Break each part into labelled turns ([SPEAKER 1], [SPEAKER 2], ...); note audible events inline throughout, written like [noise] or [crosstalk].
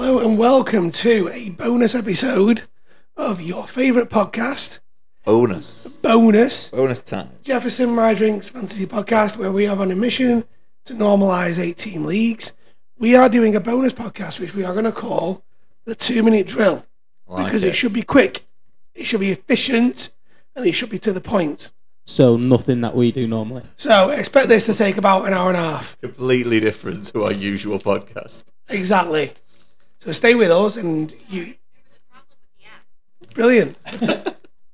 [SPEAKER 1] welcome to a bonus episode of your favourite podcast,
[SPEAKER 2] Bonus.
[SPEAKER 1] Bonus
[SPEAKER 2] Bonus time.
[SPEAKER 1] Jefferson My Drinks Fantasy Podcast, where we are on a mission to normalise 18 leagues. We are doing a bonus podcast, which we are going to call the Two Minute Drill,
[SPEAKER 2] I Like
[SPEAKER 1] because it.
[SPEAKER 2] it.
[SPEAKER 1] should be quick, it should be efficient, and it should be to the point.
[SPEAKER 3] So nothing that we do normally.
[SPEAKER 1] So expect this to take about an hour and a half.
[SPEAKER 2] completely different to our usual podcast.
[SPEAKER 1] Exactly. So stay with us and you.
[SPEAKER 2] [laughs]
[SPEAKER 1] Brilliant.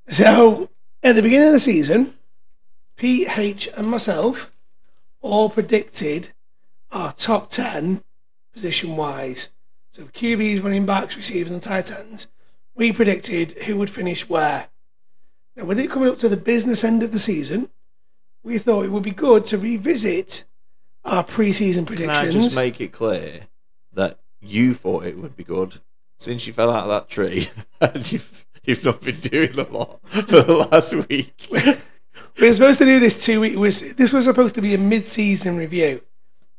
[SPEAKER 1] so at the beginning of the season, PH and myself all predicted our top 10 position wise. So QBs, running backs, receivers, and tight ends. We predicted who would finish where. Now, with it coming up to the business end of the season, we thought it would be good to revisit our preseason
[SPEAKER 2] Can
[SPEAKER 1] predictions.
[SPEAKER 2] I just make it clear that you thought it would be good since you fell out of that tree [laughs] and you've, you've not been doing a lot for the last week?
[SPEAKER 1] We were supposed to do this two weeks. Was this was supposed to be a mid-season review,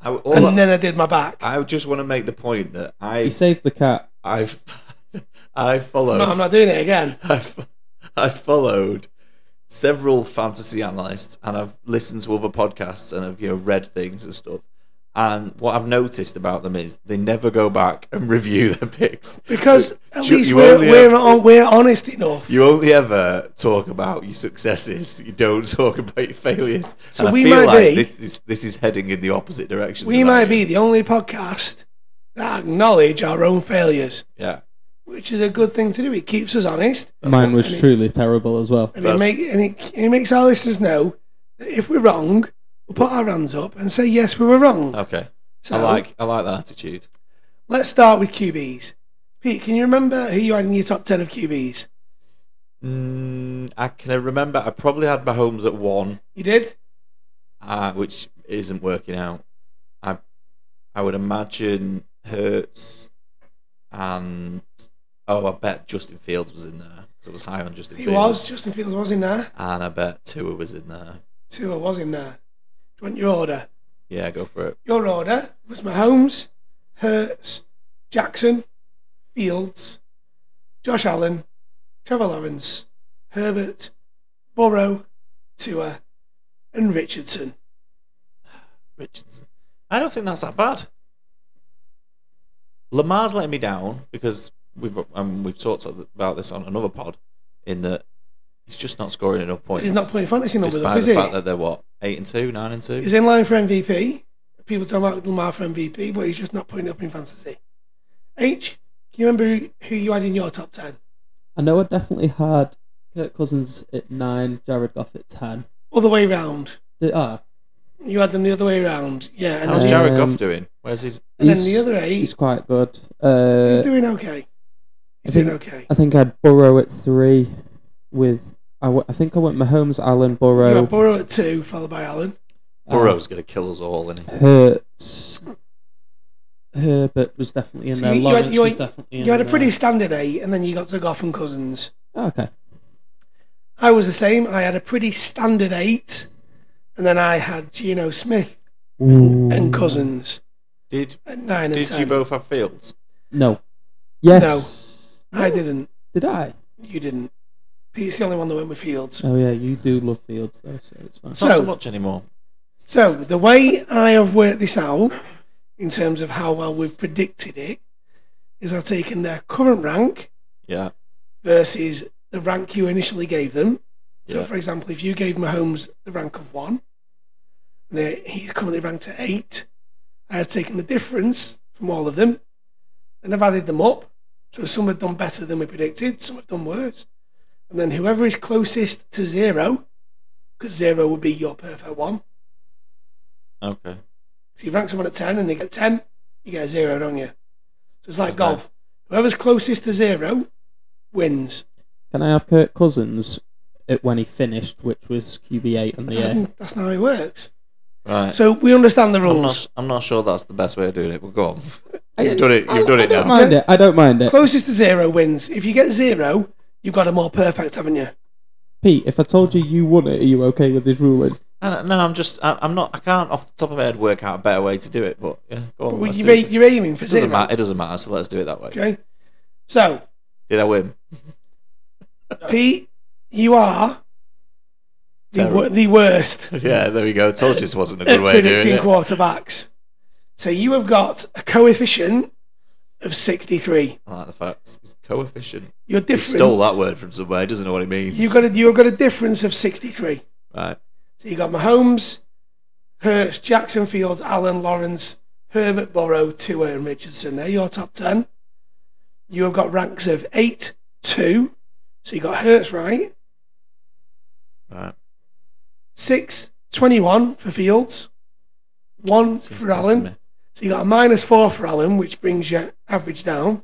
[SPEAKER 2] I, all
[SPEAKER 1] and then I did my back.
[SPEAKER 2] I just want to make the point that
[SPEAKER 3] He
[SPEAKER 2] I,
[SPEAKER 3] saved the cat.
[SPEAKER 2] I've, [laughs] I followed,
[SPEAKER 1] No, I'm not doing it again.
[SPEAKER 2] I've, I followed several fantasy analysts and I've listened to other podcasts and I've you know read things and stuff. And what I've noticed about them is they never go back and [laughs] review their picks
[SPEAKER 1] Because at
[SPEAKER 2] You-
[SPEAKER 1] least
[SPEAKER 2] you
[SPEAKER 1] we're,
[SPEAKER 2] only
[SPEAKER 1] we're,
[SPEAKER 2] have-
[SPEAKER 1] on, we're honest enough.
[SPEAKER 2] You only ever talk about your successes. You don't [laughs] talk about your failures.
[SPEAKER 1] So
[SPEAKER 2] and
[SPEAKER 1] we
[SPEAKER 2] I feel
[SPEAKER 1] might
[SPEAKER 2] like
[SPEAKER 1] be-
[SPEAKER 2] this is this is heading in the opposite direction.
[SPEAKER 1] we
[SPEAKER 2] to that.
[SPEAKER 1] might be the only podcast that acknowledge our own failures,
[SPEAKER 2] Yeah.
[SPEAKER 1] which is a good thing to do. It keeps us honest,
[SPEAKER 3] Mine was truly terrible as well.
[SPEAKER 1] and it,
[SPEAKER 2] That's-
[SPEAKER 1] make, and it, it makes our listeners know that if we're wrong, we'll put our hands up and say yes, we were wrong.
[SPEAKER 2] Okay.
[SPEAKER 1] So
[SPEAKER 2] I like I like that attitude.
[SPEAKER 1] let's start with QBs. Pete, can you remember who you had in your top ten of QBs?
[SPEAKER 2] Mm, I can remember. I probably had my homes at one,
[SPEAKER 1] You did.
[SPEAKER 2] uh, which isn't working out. I I would imagine Hertz and oh, I bet Justin Fields was in there because it was high on Justin
[SPEAKER 1] He
[SPEAKER 2] Fields.
[SPEAKER 1] was. Justin Fields was in there.
[SPEAKER 2] and I bet Tua was in there.
[SPEAKER 1] Tua was in there. Do you want your order?
[SPEAKER 2] Yeah, go for it.
[SPEAKER 1] Your order was Mahomes, Hurts, Jackson, Fields, Josh Allen, Trevor Lawrence, Herbert, Burrow, Tua, and Richardson.
[SPEAKER 2] Richardson. I don't think that's that bad. Lamar's letting me down because we've um, we've talked about this on another pod, in that he's just not scoring enough points.
[SPEAKER 1] He's not playing fantasy numbers, up,
[SPEAKER 2] despite
[SPEAKER 1] is
[SPEAKER 2] the
[SPEAKER 1] he?
[SPEAKER 2] fact that they're what eight and two, nine and two.
[SPEAKER 1] He's in line for MVP. People talk about Lamar for MVP, but he's just not putting it up in fantasy. H, can you remember who- who you had in your top 10?
[SPEAKER 3] I know I definitely had Kirk Cousins at nine, Jared Goff at ten.
[SPEAKER 1] Other way round.
[SPEAKER 3] Did- ah,
[SPEAKER 1] You had them the other way round. Yeah. And
[SPEAKER 2] How's
[SPEAKER 1] then,
[SPEAKER 3] Um,
[SPEAKER 2] Jared Goff doing? Where's his?
[SPEAKER 1] and then
[SPEAKER 3] he's-
[SPEAKER 1] the other eight.
[SPEAKER 3] He's quite good. Uh,
[SPEAKER 1] He's doing okay. He's
[SPEAKER 3] I think-
[SPEAKER 1] doing okay.
[SPEAKER 3] I think I had Burrow at three. With I, w- I think I went Mahomes, Allen,
[SPEAKER 1] You
[SPEAKER 3] Burrow, Uh,
[SPEAKER 1] got Burrow at two, followed by Allen.
[SPEAKER 2] Burrow's going to kill us all, isn't he?
[SPEAKER 3] Hurts. Herbert was definitely in
[SPEAKER 1] So
[SPEAKER 3] there.
[SPEAKER 1] you- you had-
[SPEAKER 3] Lawrence
[SPEAKER 1] you
[SPEAKER 3] was
[SPEAKER 1] had-
[SPEAKER 3] definitely in
[SPEAKER 1] You had a
[SPEAKER 3] there.
[SPEAKER 1] pretty standard eight, and then you got to Goff and Cousins.
[SPEAKER 3] okay.
[SPEAKER 1] I was the same. I had a pretty standard eight, and then I had Geno Smith and Cousins
[SPEAKER 2] Did
[SPEAKER 1] at nine and
[SPEAKER 2] did
[SPEAKER 1] ten.
[SPEAKER 2] you both have Fields?
[SPEAKER 3] No. Yes.
[SPEAKER 1] I didn't.
[SPEAKER 3] Did I?
[SPEAKER 1] You didn't. Pete's the only one that went with Fields.
[SPEAKER 3] Oh yeah, you do love Fields though, so it's fine.
[SPEAKER 2] It's
[SPEAKER 1] So-
[SPEAKER 2] not so much anymore.
[SPEAKER 1] So the way I have worked this out, in terms of how well we've predicted it, is I've taken their current rank
[SPEAKER 2] Yeah,
[SPEAKER 1] versus the rank you initially gave them. So,
[SPEAKER 2] Yeah.
[SPEAKER 1] for example, if you gave Mahomes the rank of one, and they- he's currently ranked at eight, I have taken the difference from all of them, and I've added them up. So some have done better than we predicted, some have done worse, and then whoever is closest to zero, because zero would be your perfect one.
[SPEAKER 2] okay.
[SPEAKER 1] So you rank someone at ten, and they get ten, you get a zero, don't you? So it's like
[SPEAKER 2] Okay.
[SPEAKER 1] golf. Whoever's closest to zero wins.
[SPEAKER 3] Can I have Kirk Cousins at when he finished, which was QB eight in the
[SPEAKER 1] That's,
[SPEAKER 3] air?
[SPEAKER 1] that's not how it works.
[SPEAKER 2] Right.
[SPEAKER 1] So we understand the
[SPEAKER 2] I'm not.
[SPEAKER 1] rules.
[SPEAKER 2] s- I'm not sure that's the best way of doing it. But [laughs] go on.
[SPEAKER 3] I-
[SPEAKER 2] You've done it. You've
[SPEAKER 3] I-
[SPEAKER 2] done it
[SPEAKER 3] I don't
[SPEAKER 2] now.
[SPEAKER 3] mind it. I don't mind
[SPEAKER 2] Uh,
[SPEAKER 3] it.
[SPEAKER 1] Closest to zero wins. If you get zero, you've got a more perfect, haven't you?
[SPEAKER 3] Pete, if I told you you won it, are you okay with this ruling?
[SPEAKER 2] I don't, uh, no, I'm just, I, I'm not, I can't off the top of my head work out a better way to do it, but yeah, go on.
[SPEAKER 1] Well,
[SPEAKER 2] let's
[SPEAKER 1] you're,
[SPEAKER 2] do
[SPEAKER 1] a-
[SPEAKER 2] it.
[SPEAKER 1] you're aiming for
[SPEAKER 2] Oh, It
[SPEAKER 1] zero.
[SPEAKER 2] doesn't matter. It doesn't matter. So let's do it that way.
[SPEAKER 1] Okay. So,
[SPEAKER 2] Did I win? [laughs]
[SPEAKER 1] Pete, you are the,
[SPEAKER 2] Terrible.
[SPEAKER 1] wor- the worst
[SPEAKER 2] yeah, there we go. Told you this wasn't a
[SPEAKER 1] at
[SPEAKER 2] [laughs] good way of
[SPEAKER 1] predicting
[SPEAKER 2] doing it.
[SPEAKER 1] quarterbacks. So you have got a coefficient of 63.
[SPEAKER 2] I like the facts. Coefficient.
[SPEAKER 1] You're
[SPEAKER 2] He
[SPEAKER 1] different.
[SPEAKER 2] stole that word from somewhere. He doesn't know what it means.
[SPEAKER 1] You've got a, you've got a difference of 63.
[SPEAKER 2] right.
[SPEAKER 1] So you've got Mahomes, Hurts, Jackson Fields, Allen Lawrence, Herbert Burrow, Tua, and Richardson. They're your top 10. You have got ranks of 8, 2. So you got Hurts right.
[SPEAKER 2] Right.
[SPEAKER 1] 6, 21 for Fields. 1
[SPEAKER 2] Seems
[SPEAKER 1] for
[SPEAKER 2] best to
[SPEAKER 1] Allen.
[SPEAKER 2] me.
[SPEAKER 1] So you got a minus four for Allen, which brings your average down.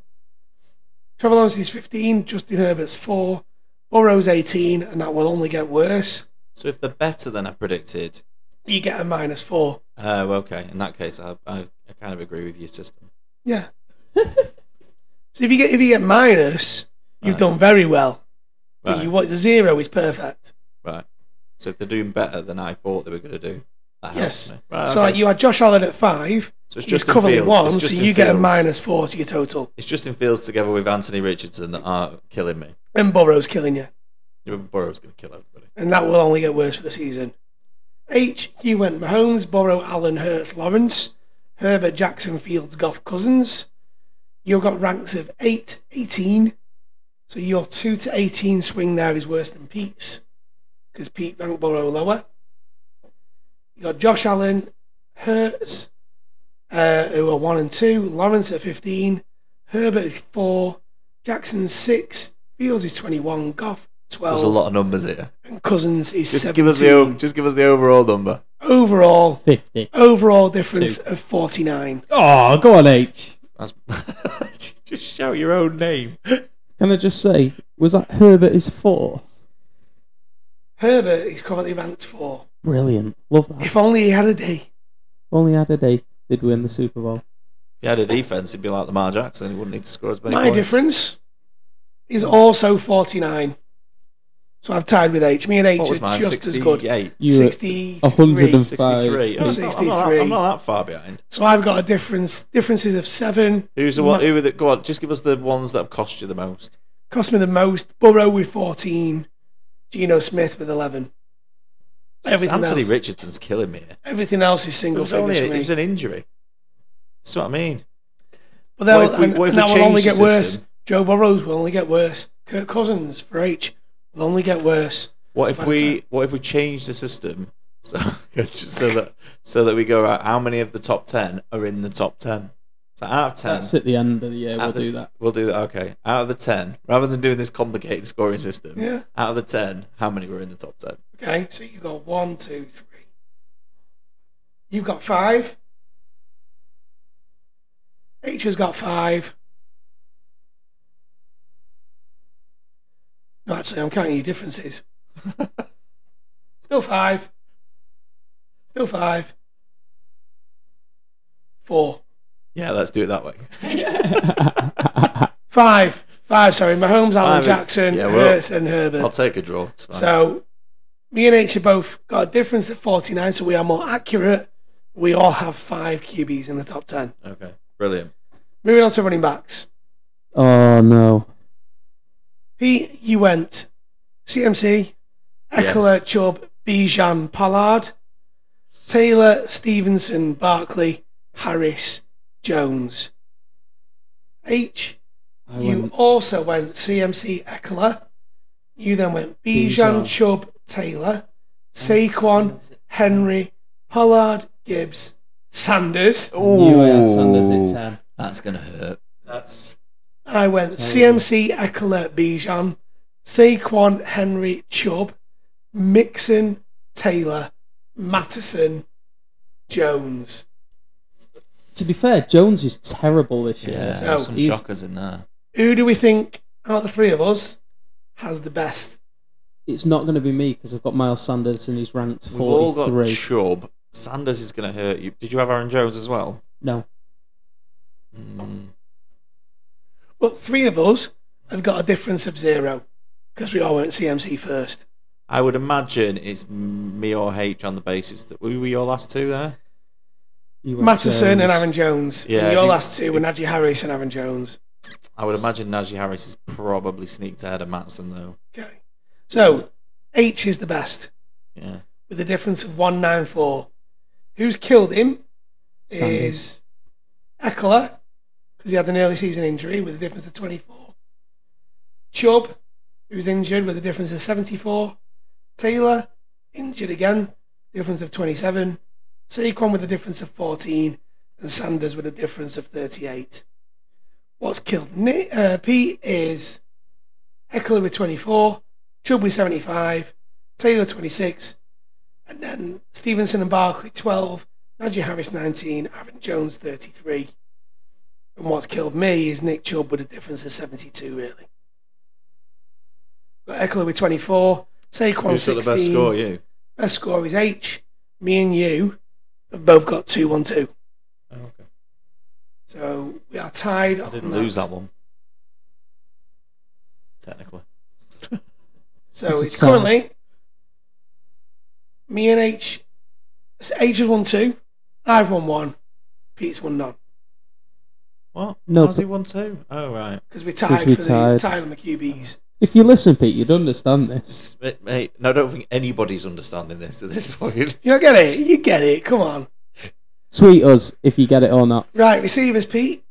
[SPEAKER 1] Trevor Lawrence is 15, Justin Herbert's 4, Burrow's 18, and that will only get worse.
[SPEAKER 2] So if they're better than I predicted,
[SPEAKER 1] You get a minus 4.
[SPEAKER 2] oh, okay. In that case, I, I, I kind of agree with your system.
[SPEAKER 1] Yeah. [laughs] so if you get if you get minus, you've
[SPEAKER 2] Right.
[SPEAKER 1] done very well. But
[SPEAKER 2] Right.
[SPEAKER 1] you want the zero is perfect.
[SPEAKER 2] right. So if they're doing better than I thought they were going to do, that helps
[SPEAKER 1] yes.
[SPEAKER 2] me. Right,
[SPEAKER 1] So
[SPEAKER 2] Ah, okay.
[SPEAKER 1] like you had Josh Allen at five,
[SPEAKER 2] so it's
[SPEAKER 1] he's
[SPEAKER 2] Justin
[SPEAKER 1] covered
[SPEAKER 2] Fields.
[SPEAKER 1] at one,
[SPEAKER 2] it's
[SPEAKER 1] so
[SPEAKER 2] Justin
[SPEAKER 1] you get a
[SPEAKER 2] Fields.
[SPEAKER 1] minus four to your total.
[SPEAKER 2] It's Justin Fields together with Anthony Richardson that are killing me.
[SPEAKER 1] And Burrow's killing you.
[SPEAKER 2] You know, Burrow's going to kill everybody.
[SPEAKER 1] and that will only get worse for the season. H, you went Mahomes, Burrow, Allen, Hurts, Lawrence, Herbert, Jackson, Fields, Goff, Cousins. You've got ranks of 8, 18. So your 2 to 18 swing there is worse than Pete's because Pete ranked Burrow lower. You got Josh Allen, Hurts, uh, who are 1 and 2, Lawrence at 15, Herbert is 4, Jackson 6, Fields is 21, Goff 12
[SPEAKER 2] There's a lot of numbers here.
[SPEAKER 1] and Cousins is
[SPEAKER 2] Just
[SPEAKER 1] 17.
[SPEAKER 2] give us the o- just give us the overall number.
[SPEAKER 1] overall
[SPEAKER 3] 50.
[SPEAKER 1] overall difference of 49.
[SPEAKER 3] Oh, go on, H.
[SPEAKER 2] That's [laughs] just shout your own name.
[SPEAKER 3] Can I just say, was that Herbert is four?
[SPEAKER 1] Herbert is currently ranked 4.
[SPEAKER 3] Brilliant. Love that.
[SPEAKER 1] If only he had a D.
[SPEAKER 3] Only had a day, did win the Super Bowl.
[SPEAKER 2] If he had a defense, he'd be like Lamar Jackson. He wouldn't need to score as many
[SPEAKER 1] My
[SPEAKER 2] points.
[SPEAKER 1] difference is also 49. So I've tied with H. Me and H
[SPEAKER 2] What was
[SPEAKER 1] are
[SPEAKER 2] mine?
[SPEAKER 1] just as good.
[SPEAKER 2] Sixty-eight.
[SPEAKER 3] You were
[SPEAKER 1] 60
[SPEAKER 3] 105.
[SPEAKER 2] 63. Oh, it's not- I'm, not, that- I'm not that far behind.
[SPEAKER 1] So I've got a difference differences of 7.
[SPEAKER 2] Who's the one? Who are the, go on, just give us the ones that have cost you the most.
[SPEAKER 1] Cost me the most. Burrow with 14. Geno Smith with 11. Everything
[SPEAKER 2] Anthony
[SPEAKER 1] else,
[SPEAKER 2] Richardson's killing me. Here.
[SPEAKER 1] everything else is
[SPEAKER 2] It
[SPEAKER 1] single
[SPEAKER 2] was, only,
[SPEAKER 1] figures for
[SPEAKER 2] it
[SPEAKER 1] me.
[SPEAKER 2] was an injury. That's what I mean.
[SPEAKER 1] But that
[SPEAKER 2] What
[SPEAKER 1] will,
[SPEAKER 2] if we-
[SPEAKER 1] and,
[SPEAKER 2] what if
[SPEAKER 1] and
[SPEAKER 2] we
[SPEAKER 1] that will
[SPEAKER 2] change
[SPEAKER 1] only
[SPEAKER 2] the
[SPEAKER 1] get worse.
[SPEAKER 2] system?
[SPEAKER 1] Joe Burrows will only get worse. Kirk Cousins for H will only get worse.
[SPEAKER 2] What
[SPEAKER 1] It's
[SPEAKER 2] if
[SPEAKER 1] about
[SPEAKER 2] we? What if we change the system [laughs] so so that so that we go right? How many of the top ten are in the top ten? So out of ten,
[SPEAKER 3] That's at the end of the year.
[SPEAKER 2] Out
[SPEAKER 3] We'll
[SPEAKER 2] of the-
[SPEAKER 3] do that.
[SPEAKER 2] We'll do that. Okay. Out of the ten, rather than doing this complicated scoring system,
[SPEAKER 1] Yeah.
[SPEAKER 2] Out of the ten, how many were in the top ten?
[SPEAKER 1] Okay, so you've got one, two, three. You've got five. H has got five. No, actually, I'm counting your
[SPEAKER 2] [laughs]
[SPEAKER 1] differences. Still five. Still five. Four.
[SPEAKER 2] Yeah, let's do it that way.
[SPEAKER 1] Five. Five, sorry. Mahomes, Allen,
[SPEAKER 2] Five.
[SPEAKER 1] Jackson,
[SPEAKER 2] Yeah, well,
[SPEAKER 1] Hurts, and
[SPEAKER 2] I'll
[SPEAKER 1] Herbert.
[SPEAKER 2] take a draw. It's fine.
[SPEAKER 1] So me and H have both got a difference at 49, so we are more accurate. We all have five QBs in the top 10.
[SPEAKER 2] okay, brilliant.
[SPEAKER 1] Moving on to running backs.
[SPEAKER 3] oh, no.
[SPEAKER 1] Pete, you went CMC, Eckler,
[SPEAKER 2] Yes.
[SPEAKER 1] Chubb, Bijan, Pollard, Taylor, Stevenson, Barkley, Harris, Jones. H,
[SPEAKER 3] I
[SPEAKER 1] you
[SPEAKER 3] went
[SPEAKER 1] also went CMC Eckler. You then went Bijan,
[SPEAKER 3] Bijan.
[SPEAKER 1] Chubb, Taylor, Saquon, Henry, Pollard, Gibbs, Sanders.
[SPEAKER 3] knew I had
[SPEAKER 2] Oh.
[SPEAKER 3] Sanders at 10.
[SPEAKER 2] uh, That's gonna hurt.
[SPEAKER 3] That's
[SPEAKER 1] I went
[SPEAKER 3] Terrible.
[SPEAKER 1] CMC Eckler, Bijan, Saquon, Henry, Chubb, Mixon, Taylor, Mattison, Jones.
[SPEAKER 3] to be fair. Jones is terrible this year.
[SPEAKER 2] Yeah,
[SPEAKER 1] So
[SPEAKER 2] there's some
[SPEAKER 3] Oh, he's-
[SPEAKER 2] shockers in there.
[SPEAKER 1] Who do we think out of the three of us has the best?
[SPEAKER 3] It's not going to be me because I've got Miles Sanders and he's ranked
[SPEAKER 2] We've all got
[SPEAKER 3] 43.
[SPEAKER 2] Chubb. Sanders is gonna hurt you. Did you have Aaron Jones as well?
[SPEAKER 3] no,
[SPEAKER 2] Mm.
[SPEAKER 1] Well, three of us have got a difference of zero because we all went CMC first.
[SPEAKER 2] I would imagine it's me or H on the basis that we were your last two there.
[SPEAKER 3] You went
[SPEAKER 1] Matterson and
[SPEAKER 3] Jones.
[SPEAKER 1] Aaron Jones.
[SPEAKER 2] Yeah,
[SPEAKER 1] and your
[SPEAKER 2] you-
[SPEAKER 1] last two were Najee Harris and Aaron Jones.
[SPEAKER 2] I would imagine Najee Harris is probably sneaked ahead of Matson though.
[SPEAKER 1] Okay. So H is the best
[SPEAKER 2] Yeah.
[SPEAKER 1] with a difference of one nine four. Who's killed him is Eckler because he had an early season injury with a difference of twenty four. Chubb, who's injured with a difference of seventy four. Taylor injured again, difference of twenty seven. Saquon with a difference of fourteen, and Sanders with a difference of thirty eight. What's killed Ni- uh, Pete is Eckler with 24, Chubb with 75, Taylor 26, and then Stevenson and Bark with 12, Najee Harris 19, Aaron Jones 33. And what's killed me is Nick Chubb with a difference of 72, really. Got Eckler with 24, Saquon
[SPEAKER 2] Who's got
[SPEAKER 1] 16.
[SPEAKER 2] the best score, you?
[SPEAKER 1] Best score is H. Me and you have both got 2 1 2.
[SPEAKER 2] Oh, okay.
[SPEAKER 1] So we are tied.
[SPEAKER 2] I
[SPEAKER 1] on
[SPEAKER 2] didn't lose that
[SPEAKER 1] that
[SPEAKER 2] one. Technically.
[SPEAKER 1] So
[SPEAKER 3] It's a
[SPEAKER 1] it's
[SPEAKER 3] tie.
[SPEAKER 1] currently me and H. so H has won two. I've won one. Pete's won none
[SPEAKER 2] What?
[SPEAKER 3] No,
[SPEAKER 2] How's he won two? Oh right.
[SPEAKER 1] because we're tied
[SPEAKER 3] we
[SPEAKER 1] for
[SPEAKER 3] tied.
[SPEAKER 1] the tied on the QBs.
[SPEAKER 3] If you listen, Pete, you'd understand this.
[SPEAKER 2] Mate, mate, no, I don't think anybody's understanding this at this [laughs] point.
[SPEAKER 1] You get it? You get it? Come on.
[SPEAKER 3] Tweet us if you get it or not.
[SPEAKER 1] Right, receivers, Pete.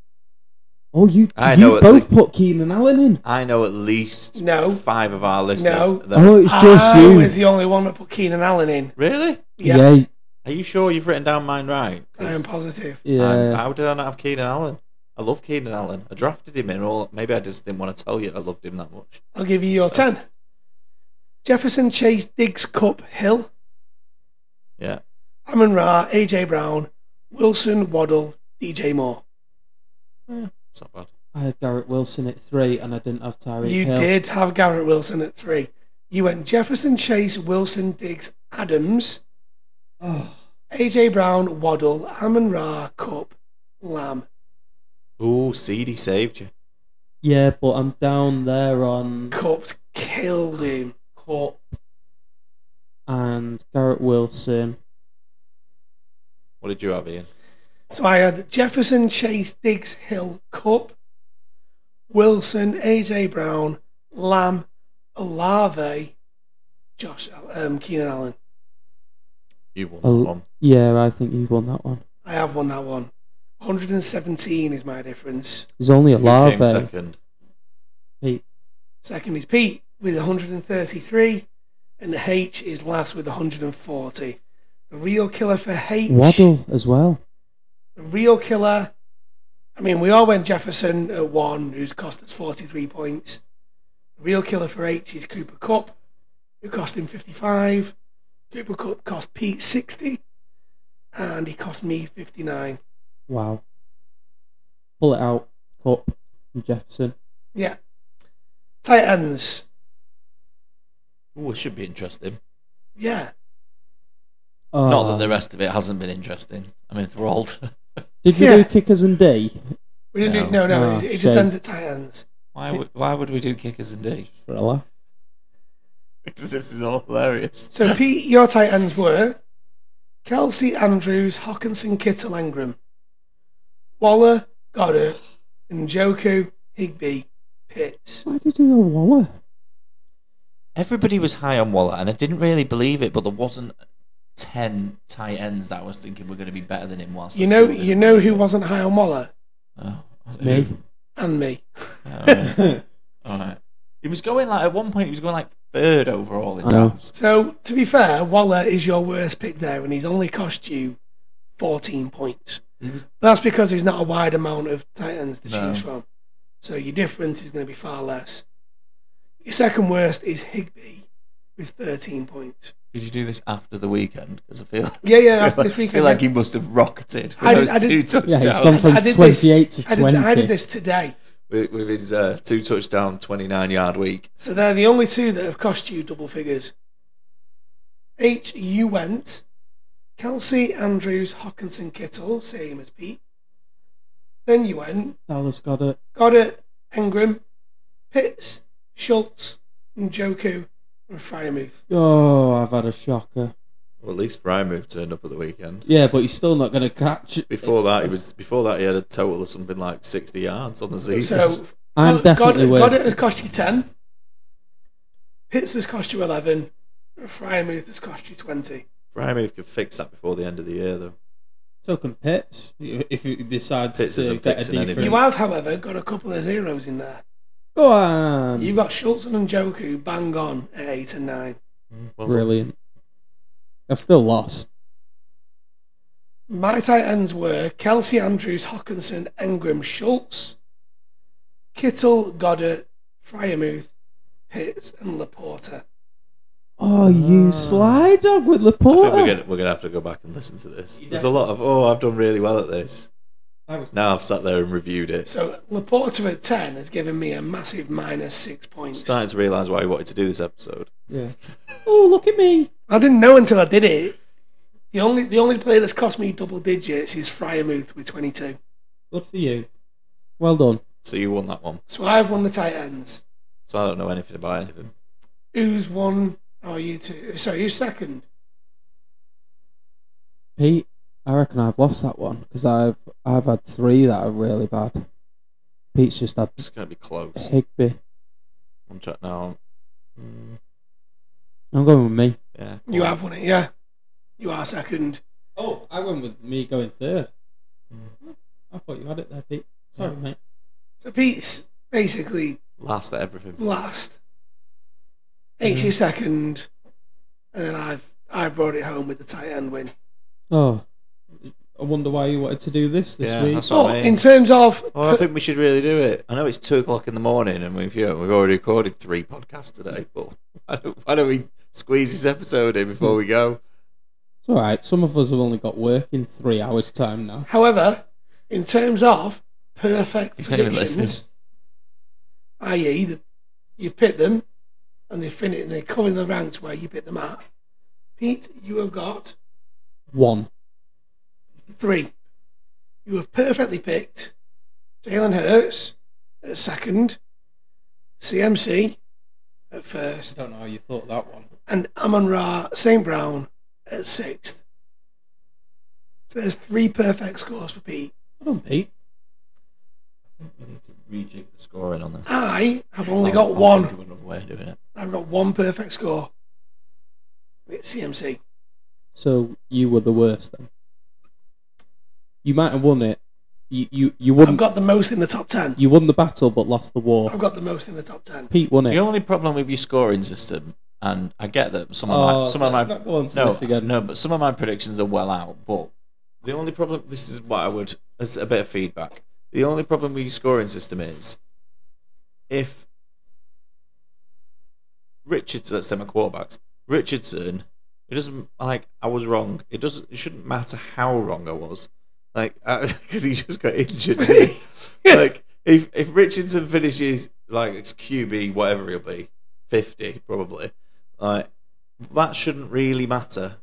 [SPEAKER 3] Oh, you,
[SPEAKER 2] I
[SPEAKER 3] you
[SPEAKER 2] know it,
[SPEAKER 3] both put Keenan Allen in.
[SPEAKER 2] I know at least
[SPEAKER 1] No.
[SPEAKER 2] five of our listeners.
[SPEAKER 1] No.
[SPEAKER 2] that-
[SPEAKER 3] Oh, it's just
[SPEAKER 1] I
[SPEAKER 3] you.
[SPEAKER 1] was the only one that put Keenan Allen in.
[SPEAKER 2] Really?
[SPEAKER 1] Yeah,
[SPEAKER 3] yeah,
[SPEAKER 2] Are you sure you've written down mine right?
[SPEAKER 1] I am positive.
[SPEAKER 2] And
[SPEAKER 3] yeah.
[SPEAKER 2] How did I not have Keenan Allen? I love Keenan Allen. I drafted him in all. Maybe I just didn't want to tell you I loved him that much.
[SPEAKER 1] I'll give you your ten. Jefferson, Chase, Diggs, Cup, Hill,
[SPEAKER 2] Yeah.
[SPEAKER 1] Amon Ra, AJ Brown, Wilson, Waddle, DJ Moore.
[SPEAKER 2] It's Eh, not bad.
[SPEAKER 3] I had Garrett Wilson at three, and I didn't have Tyreek
[SPEAKER 1] You
[SPEAKER 3] Hill.
[SPEAKER 1] did have Garrett Wilson at three. You went Jefferson, Chase, Wilson, Diggs, Adams,
[SPEAKER 3] Oh,
[SPEAKER 1] AJ Brown, Waddle, Amon Ra, Cup, Lamb.
[SPEAKER 2] Ooh, Seedy saved you.
[SPEAKER 3] yeah, but I'm down there on
[SPEAKER 1] Cup's killed him.
[SPEAKER 3] Cup and Garrett Wilson.
[SPEAKER 2] What did you have, Ian?
[SPEAKER 1] So I had Jefferson, Chase, Diggs, Hill, Cup, Wilson, AJ Brown, Lamb, Olave, Josh, um, Keenan Allen.
[SPEAKER 2] You won
[SPEAKER 3] Oh.
[SPEAKER 2] that one.
[SPEAKER 3] Yeah, I think you've won that one.
[SPEAKER 1] I have won that one. 117 is my difference.
[SPEAKER 3] He's only a
[SPEAKER 2] Who came
[SPEAKER 3] larva.
[SPEAKER 2] second?
[SPEAKER 3] Pete.
[SPEAKER 1] Second is Pete with 133, and H is last with 140. The real killer for H.
[SPEAKER 3] Waddle as well.
[SPEAKER 1] The real killer. I mean, we all went Jefferson at one, who's cost us 43 points. The real killer for H is Cooper Cup, who cost him 55. Cooper Cup cost Pete 60, and he cost me 59.
[SPEAKER 3] Wow. Pull it out. Cup and Jefferson.
[SPEAKER 1] Yeah. Tight ends.
[SPEAKER 2] Ooh, it should be interesting.
[SPEAKER 1] Yeah.
[SPEAKER 3] Oh,
[SPEAKER 2] Not that the rest of it hasn't been interesting. I'm enthralled.
[SPEAKER 3] Did we
[SPEAKER 1] Yeah.
[SPEAKER 3] do kickers and D?
[SPEAKER 1] We didn't do,
[SPEAKER 2] No.
[SPEAKER 1] no, no,
[SPEAKER 3] Ah,
[SPEAKER 1] it, it just
[SPEAKER 3] shame.
[SPEAKER 1] ends at tight ends.
[SPEAKER 2] [laughs] why would Why would we do kickers and D? [laughs]
[SPEAKER 3] For a laugh.
[SPEAKER 2] this is all hilarious.
[SPEAKER 1] So, Pete, your tight ends were Kelsey, Andrews, Hawkinson, Kittle, Engram, Waller, Goddard, Njoku, Higby, Pitts.
[SPEAKER 3] Why did you do a [laughs] Waller?
[SPEAKER 2] Everybody was high on Waller, and I didn't really believe it, but there wasn't ten tight ends that I was thinking were going to be better than him. Whilst I
[SPEAKER 1] You know,
[SPEAKER 2] still didn't
[SPEAKER 1] you know who
[SPEAKER 2] believe it.
[SPEAKER 1] wasn't high on Waller
[SPEAKER 2] Oh, who?
[SPEAKER 3] Me.
[SPEAKER 1] and me.
[SPEAKER 2] All right. oh, All right. He was going like at one point he was going like third overall in
[SPEAKER 3] I know.
[SPEAKER 2] drafts.
[SPEAKER 1] So, to be fair, Waller is your worst pick there, and he's only cost you 14 points.
[SPEAKER 2] He was-
[SPEAKER 1] That's because there's not a wide amount of tight ends to
[SPEAKER 2] No.
[SPEAKER 1] choose from. So your difference is going to be far less. Your second worst is Higby with 13 points.
[SPEAKER 2] Did you do this after the weekend? Because I feel,
[SPEAKER 1] Yeah, yeah,
[SPEAKER 2] I
[SPEAKER 1] after this
[SPEAKER 2] feel, like, I
[SPEAKER 1] weekend.
[SPEAKER 2] feel like
[SPEAKER 1] yeah.
[SPEAKER 2] he must have rocketed with
[SPEAKER 1] I did- I
[SPEAKER 2] those
[SPEAKER 1] did-
[SPEAKER 2] two
[SPEAKER 3] Yeah, he's
[SPEAKER 2] touchdowns.
[SPEAKER 3] gone from
[SPEAKER 1] I did this-
[SPEAKER 3] 28 to
[SPEAKER 1] I
[SPEAKER 3] 20.
[SPEAKER 1] did, I did this today.
[SPEAKER 2] with, with his uh, two touchdown, twenty nine yard week.
[SPEAKER 1] So they're the only two that have cost you double figures. H, you went. Kelsey, Andrews, Hawkinson, Kittle, same as Pete. Then you went
[SPEAKER 3] Dallas Goddard.
[SPEAKER 1] Goddard, Engram, Pitts, Schultz, Njoku, and Fryermuth.
[SPEAKER 3] Oh, I've had a shocker.
[SPEAKER 2] Well, at least Frymouth turned up at the weekend.
[SPEAKER 3] Yeah, but he's still not going to catch.
[SPEAKER 2] Before that, he was before that he had a total of something like sixty yards on the season.
[SPEAKER 1] So
[SPEAKER 3] I'm
[SPEAKER 1] God-
[SPEAKER 3] definitely
[SPEAKER 1] God,
[SPEAKER 3] worse.
[SPEAKER 1] Goddard has cost you ten. Pitts has cost you eleven. And Fryermuth has cost you twenty.
[SPEAKER 2] Frymouth could fix that before the end of the year, though.
[SPEAKER 3] So can Pitts if if he decides
[SPEAKER 2] Pitts
[SPEAKER 3] to
[SPEAKER 2] isn't
[SPEAKER 3] get a
[SPEAKER 2] fixing anything.
[SPEAKER 3] defense.
[SPEAKER 1] You have, however, got a couple of zeros in there.
[SPEAKER 3] Go on.
[SPEAKER 1] You've got Schultzen and Joku bang on at eight and nine.
[SPEAKER 2] Well,
[SPEAKER 3] Brilliant. I've still lost.
[SPEAKER 1] My tight ends were Kelsey Andrews, Hawkinson, Engram, Schultz, Kittle, Goddard, Fryermuth, Pitts, and Laporta.
[SPEAKER 3] Oh, you sly dog with
[SPEAKER 2] I think we're
[SPEAKER 3] Laporta.
[SPEAKER 2] gonna, we're gonna have to go back and listen to this.
[SPEAKER 3] You
[SPEAKER 2] There's a lot of oh, I've done really well at this.
[SPEAKER 3] I was
[SPEAKER 2] Now I've sat there and reviewed it.
[SPEAKER 1] So Laporta at ten has given me a massive minus six points.
[SPEAKER 2] Starting to realise why he wanted to do this episode.
[SPEAKER 3] yeah. Oh, look at me.
[SPEAKER 1] I didn't know until I did it. The only the only player that's cost me double digits is Fryermuth with twenty two.
[SPEAKER 3] Good for you. Well done.
[SPEAKER 2] So you won that one.
[SPEAKER 1] So I've won the tight ends.
[SPEAKER 2] So I don't know anything about anything.
[SPEAKER 1] Who's won? Oh, you two. Sorry, who's second?
[SPEAKER 3] Pete, I reckon I've lost that one because I've I've had three that are really bad. Pete's just had
[SPEAKER 2] It's gonna be close.
[SPEAKER 3] Higby.
[SPEAKER 2] I'm trying now. Mm,
[SPEAKER 3] I'm going with me.
[SPEAKER 2] Yeah.
[SPEAKER 1] You have won it, yeah. You are second.
[SPEAKER 3] Oh, I went with me going third. I thought you had it there, Pete. Sorry, mate.
[SPEAKER 1] So Pete's basically
[SPEAKER 2] Last at everything.
[SPEAKER 1] last. H
[SPEAKER 2] Mm-hmm.
[SPEAKER 1] is second, and then I've I brought it home with the tight end win.
[SPEAKER 3] Oh, I wonder why you wanted to do this this
[SPEAKER 2] Yeah,
[SPEAKER 3] week.
[SPEAKER 2] that's
[SPEAKER 1] Oh,
[SPEAKER 2] what I mean.
[SPEAKER 1] in terms of
[SPEAKER 2] Oh, I think we should really do it. I know it's two o'clock in the morning, and we've you know, we've already recorded three podcasts today. But [laughs] why don't, why don't we squeeze this episode in before we go?
[SPEAKER 3] It's all right. Some of us have only got work in three hours' time now.
[SPEAKER 1] However, in terms of perfect
[SPEAKER 2] He's not even
[SPEAKER 1] predictions,
[SPEAKER 2] listening.
[SPEAKER 1] i.e., the, you pick them and they finish and they come in the ranks where you pick them at. Pete, you have got
[SPEAKER 3] One.
[SPEAKER 1] three. You have perfectly picked Jalen Hurts at second, CMC at first,
[SPEAKER 3] don't know how you thought that one.
[SPEAKER 1] and Amon Ra St. Brown at sixth. So there's three perfect scores for Pete.
[SPEAKER 3] Hold on, Pete.
[SPEAKER 2] We need to rejig the scoring on this.
[SPEAKER 1] I have only
[SPEAKER 2] Oh,
[SPEAKER 1] got one.
[SPEAKER 2] Another way of doing it.
[SPEAKER 1] I've got one perfect score. It's CMC.
[SPEAKER 3] So you were the worst then. You might have won it. You you, you won
[SPEAKER 1] I've got the most in the top ten.
[SPEAKER 3] you won the battle but lost the war.
[SPEAKER 1] I've got the most in the top ten.
[SPEAKER 3] Pete won it.
[SPEAKER 2] The only problem with your scoring system, and I get that some of
[SPEAKER 3] oh,
[SPEAKER 2] my some of
[SPEAKER 3] let's
[SPEAKER 2] my
[SPEAKER 3] not go on to
[SPEAKER 2] no
[SPEAKER 3] this again.
[SPEAKER 2] no, but some of my predictions are well out. But the only problem, this is what I would as a bit of feedback. The only problem with your scoring system is if Richardson, let's say my quarterbacks, Richardson. It doesn't like I was wrong. It doesn't. It shouldn't matter how wrong I was, like [laughs] because he just got injured. didn't
[SPEAKER 1] [laughs]
[SPEAKER 2] he? like if if Richardson finishes like it's QB whatever he'll be fifty probably, like that shouldn't really matter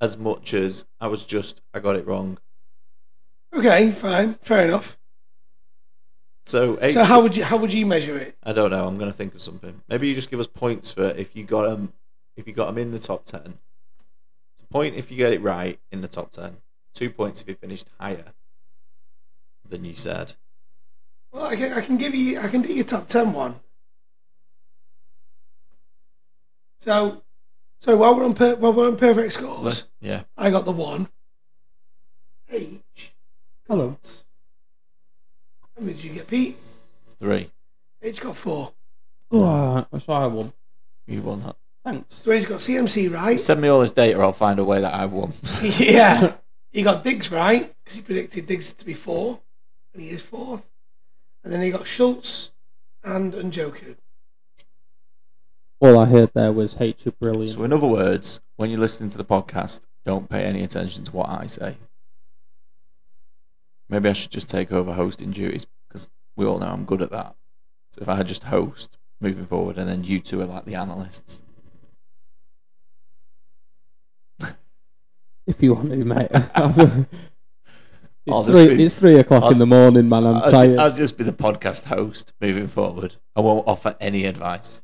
[SPEAKER 2] as much as I was just I got it wrong.
[SPEAKER 1] Okay, fine, fair enough.
[SPEAKER 2] So, H,
[SPEAKER 1] So how would you how would you measure it?
[SPEAKER 2] I don't know. I'm gonna think of something. Maybe you just give us points for if you got them if you got 'em in the top ten. It's a point if you get it right in the top ten. Two points if you finished higher than you said.
[SPEAKER 1] Well, I can, I can give you I can do your top ten one. So, so while we're on per, while we're on perfect scores,
[SPEAKER 2] Yeah.
[SPEAKER 1] I got the one. H.
[SPEAKER 3] Hello.
[SPEAKER 1] How many did you get, Pete?
[SPEAKER 2] Three.
[SPEAKER 1] H got four.
[SPEAKER 3] Go on. That's why I won.
[SPEAKER 2] You won that.
[SPEAKER 3] Thanks.
[SPEAKER 1] So H got CMC right.
[SPEAKER 2] [laughs] Send me all this data, I'll find a way that I won. [laughs]
[SPEAKER 1] yeah, he got Diggs right because he predicted Diggs to be four, and he is fourth. And then he got Schultz and Njoku.
[SPEAKER 3] All I heard there was H you brilliant.
[SPEAKER 2] So, in other words, when you're listening to the podcast, don't pay any attention to what I say. Maybe I should just take over hosting duties because we all know I'm good at that. So, if I just host moving forward, and then you two are like the analysts.
[SPEAKER 3] If you want to, mate.
[SPEAKER 2] [laughs]
[SPEAKER 3] it's,
[SPEAKER 2] I'll just
[SPEAKER 3] three,
[SPEAKER 2] be-
[SPEAKER 3] it's three o'clock
[SPEAKER 2] I'll-
[SPEAKER 3] in the morning, man. I'm
[SPEAKER 2] I'll, ju-
[SPEAKER 3] tired.
[SPEAKER 2] I'll just be the podcast host moving forward. I won't offer any advice.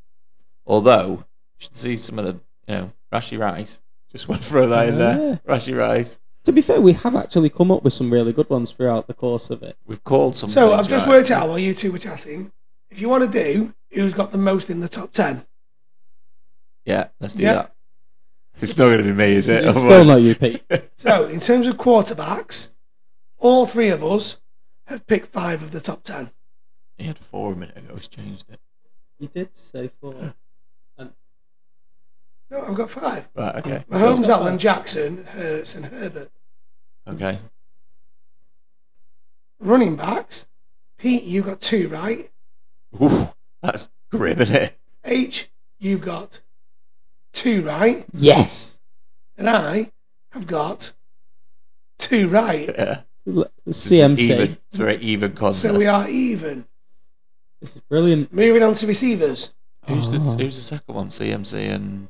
[SPEAKER 2] Although, should see some of the, you know, Rashi Rice. Just want to throw that in
[SPEAKER 3] Yeah.
[SPEAKER 2] there. Rashi Rice.
[SPEAKER 3] To be fair, we have actually come up with some really good ones throughout the course of it.
[SPEAKER 2] We've called some.
[SPEAKER 1] So
[SPEAKER 2] things
[SPEAKER 1] I've just
[SPEAKER 2] right.
[SPEAKER 1] worked out while you two were chatting. If you want to do who's got the most in the top 10,
[SPEAKER 2] Yeah, let's do
[SPEAKER 1] Yeah.
[SPEAKER 2] that. It's not going to be me, is it?
[SPEAKER 3] It's still
[SPEAKER 2] Otherwise-
[SPEAKER 3] not you, Pete.
[SPEAKER 1] So, in terms of quarterbacks, all three of us have picked five of the top ten.
[SPEAKER 2] He had four a minute ago. He's changed it.
[SPEAKER 3] you did say four.
[SPEAKER 1] No, I've got five.
[SPEAKER 2] Right. Okay.
[SPEAKER 1] Mahomes,
[SPEAKER 3] got
[SPEAKER 1] Allen,
[SPEAKER 3] five.
[SPEAKER 1] Jackson, Hurts, and Herbert. Uh-huh.
[SPEAKER 2] Okay.
[SPEAKER 1] Running backs, Pete, you got two right.
[SPEAKER 2] Ooh, that's grim, isn't it? [laughs]
[SPEAKER 1] H, you've got two right,
[SPEAKER 3] Yes.
[SPEAKER 1] and I have got two right.
[SPEAKER 2] Yeah.
[SPEAKER 3] L-
[SPEAKER 2] This is
[SPEAKER 3] CMC.
[SPEAKER 2] Even, it's a very even contest.
[SPEAKER 1] So we are even.
[SPEAKER 3] This is brilliant.
[SPEAKER 1] Moving on to receivers,
[SPEAKER 2] Who's the
[SPEAKER 1] Ah.
[SPEAKER 3] Oh.
[SPEAKER 2] Who's the second one? CMC and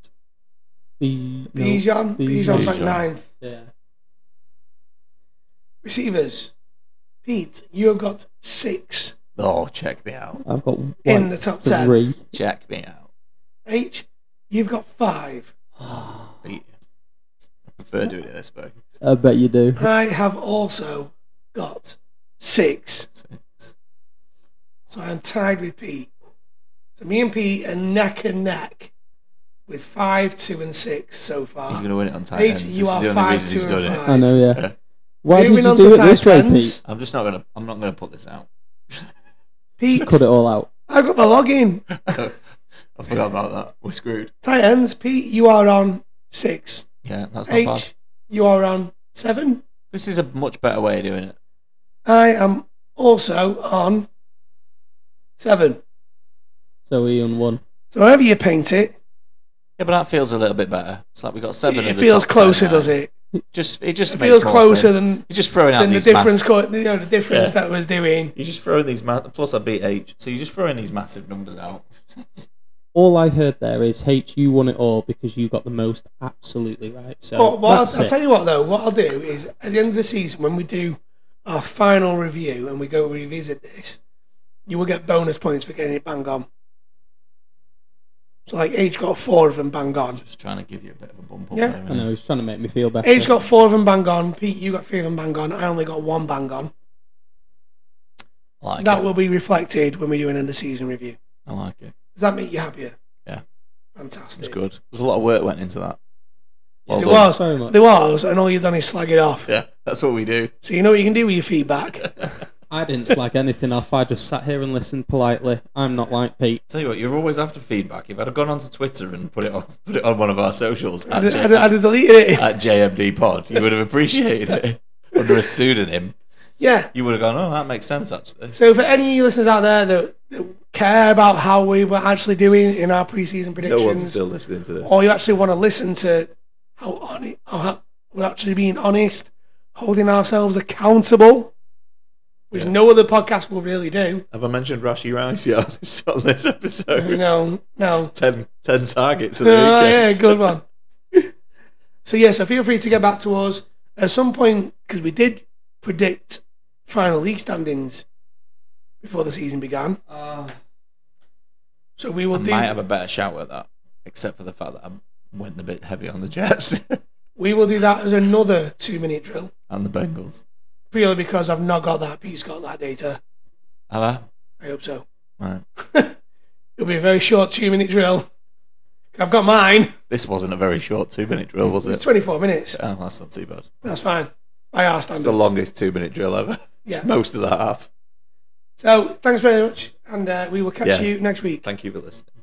[SPEAKER 3] The, no,
[SPEAKER 1] Bijan. Bijan's like
[SPEAKER 2] Bijan.
[SPEAKER 1] ninth.
[SPEAKER 3] Yeah.
[SPEAKER 1] Receivers, Pete, you have got six.
[SPEAKER 2] oh, check me out.
[SPEAKER 3] I've got
[SPEAKER 1] In the
[SPEAKER 3] like,
[SPEAKER 1] top 10.
[SPEAKER 3] three.
[SPEAKER 2] Check me out.
[SPEAKER 1] H, you've got five.
[SPEAKER 2] I prefer doing it this way.
[SPEAKER 3] I bet you do.
[SPEAKER 1] I have also got six. So I'm tied with Pete. So me and Pete are neck and neck with five, two, and six so far.
[SPEAKER 2] He's going to win it on tight
[SPEAKER 1] H,
[SPEAKER 2] ends.
[SPEAKER 1] you
[SPEAKER 2] this
[SPEAKER 1] are
[SPEAKER 2] is the only
[SPEAKER 1] five,
[SPEAKER 2] reason
[SPEAKER 1] two,
[SPEAKER 2] he's
[SPEAKER 1] and
[SPEAKER 2] done it.
[SPEAKER 1] five.
[SPEAKER 3] I know, yeah.
[SPEAKER 2] Yeah.
[SPEAKER 3] Why did
[SPEAKER 1] Moving
[SPEAKER 3] you
[SPEAKER 1] on
[SPEAKER 3] do
[SPEAKER 1] to
[SPEAKER 3] it this way,
[SPEAKER 1] tight
[SPEAKER 3] Pete?
[SPEAKER 1] ends.
[SPEAKER 2] I'm just not going to. I'm not going to put this out. [laughs]
[SPEAKER 1] Pete,
[SPEAKER 3] Cut it all out.
[SPEAKER 1] I've got the login.
[SPEAKER 2] I forgot about that. We're screwed.
[SPEAKER 1] Tight ends, Pete, you are on six.
[SPEAKER 2] Yeah, that's not bad.
[SPEAKER 1] H, you are on seven.
[SPEAKER 2] This is a much better way of doing it.
[SPEAKER 1] I am also on seven.
[SPEAKER 3] So Ian won.
[SPEAKER 1] So however you paint it,
[SPEAKER 2] Yeah, but that feels a little bit better. It's like we got seven.
[SPEAKER 1] it
[SPEAKER 2] of the
[SPEAKER 1] feels
[SPEAKER 2] top ten
[SPEAKER 1] closer,
[SPEAKER 2] now.
[SPEAKER 1] does it?
[SPEAKER 2] Just it just
[SPEAKER 1] It
[SPEAKER 2] makes
[SPEAKER 1] feels
[SPEAKER 2] more
[SPEAKER 1] closer
[SPEAKER 2] sense.
[SPEAKER 1] than-
[SPEAKER 2] you're just throwing out
[SPEAKER 1] Then the
[SPEAKER 2] these
[SPEAKER 1] difference,
[SPEAKER 2] math-
[SPEAKER 1] co- you know, the difference
[SPEAKER 2] Yeah.
[SPEAKER 1] that was doing.
[SPEAKER 2] You're just throwing these math. Plus, I beat H, so you're just throwing these massive numbers out.
[SPEAKER 3] All I heard there is H, you won it all because you got the most absolutely right. So
[SPEAKER 1] But what
[SPEAKER 3] that's
[SPEAKER 1] I'll, I'll
[SPEAKER 3] it.
[SPEAKER 1] tell you what, though, what I'll do is at the end of the season, when we do our final review and we go revisit this, you will get bonus points for getting it bang on. So, like, H got four of them bang on.
[SPEAKER 2] Just trying to give you a bit of a bump up.
[SPEAKER 1] Yeah.
[SPEAKER 2] there,
[SPEAKER 3] I
[SPEAKER 2] innit?
[SPEAKER 3] know he's trying to make me feel better.
[SPEAKER 1] H got four of them bang on. Pete, you got three of them bang on. I only got one bang on.
[SPEAKER 2] I like
[SPEAKER 1] That
[SPEAKER 2] it.
[SPEAKER 1] will be reflected when we do an end of season review.
[SPEAKER 2] I like it.
[SPEAKER 1] Does that make you happier?
[SPEAKER 2] Yeah.
[SPEAKER 1] Fantastic.
[SPEAKER 2] It's good. There's a lot of work went into that. Well
[SPEAKER 1] There
[SPEAKER 2] done.
[SPEAKER 1] was,
[SPEAKER 3] So much.
[SPEAKER 1] there was, and all you've done is slag it off.
[SPEAKER 2] Yeah, that's what we do.
[SPEAKER 1] So you know what you can do with your feedback.
[SPEAKER 3] I didn't slag anything off. I just sat here and listened politely. I'm not like Pete.
[SPEAKER 2] Tell you what, you're always after feedback. If I'd have gone onto Twitter and put it on, [laughs] put it on one of our socials
[SPEAKER 1] I'd,
[SPEAKER 2] at,
[SPEAKER 1] have-
[SPEAKER 2] J-
[SPEAKER 1] I'd, have- I'd have deleted it.
[SPEAKER 2] at JMD Pod, you would have appreciated it [laughs] under a pseudonym.
[SPEAKER 1] Yeah.
[SPEAKER 2] You would have gone, oh, that makes sense actually.
[SPEAKER 1] So for any of you listeners out there that, that care about how we were actually doing in our preseason predictions,
[SPEAKER 2] No one's still listening to this.
[SPEAKER 1] or you actually want to listen to how on or how we're actually being honest, holding ourselves accountable, which
[SPEAKER 2] Yeah.
[SPEAKER 1] no other podcast will really do.
[SPEAKER 2] Have I mentioned Rashi [laughs] Rice yet on this, on this episode?
[SPEAKER 1] You know, no.
[SPEAKER 2] Ten, 10 targets in the
[SPEAKER 1] Oh, yeah,
[SPEAKER 2] weekend.
[SPEAKER 1] good
[SPEAKER 2] [laughs]
[SPEAKER 1] one. so yeah, so feel free to get back to us at some point because we did predict final league standings before the season began. So we will
[SPEAKER 2] I
[SPEAKER 1] do.
[SPEAKER 2] might have a better shout at that, except for the fact that I went a bit heavy on the Jets [laughs]
[SPEAKER 1] we will do that as another two-minute drill,
[SPEAKER 2] and the Bengals.
[SPEAKER 1] purely because I've not got that. Pete's got that data.
[SPEAKER 2] Have
[SPEAKER 1] I hope so.
[SPEAKER 2] I? Right.
[SPEAKER 1] It'll be a very short two-minute drill. I've got mine.
[SPEAKER 2] This wasn't a very short two minute drill, was
[SPEAKER 1] It's
[SPEAKER 2] it?
[SPEAKER 1] twenty-four minutes.
[SPEAKER 2] Oh, that's not too bad.
[SPEAKER 1] That's fine. By our
[SPEAKER 2] It's
[SPEAKER 1] standards.
[SPEAKER 2] the longest two minute drill ever. [laughs] It's
[SPEAKER 1] Yeah.
[SPEAKER 2] most of the half.
[SPEAKER 1] So thanks very much, and uh, we will catch
[SPEAKER 2] Yeah.
[SPEAKER 1] you next week.
[SPEAKER 2] Thank you for listening.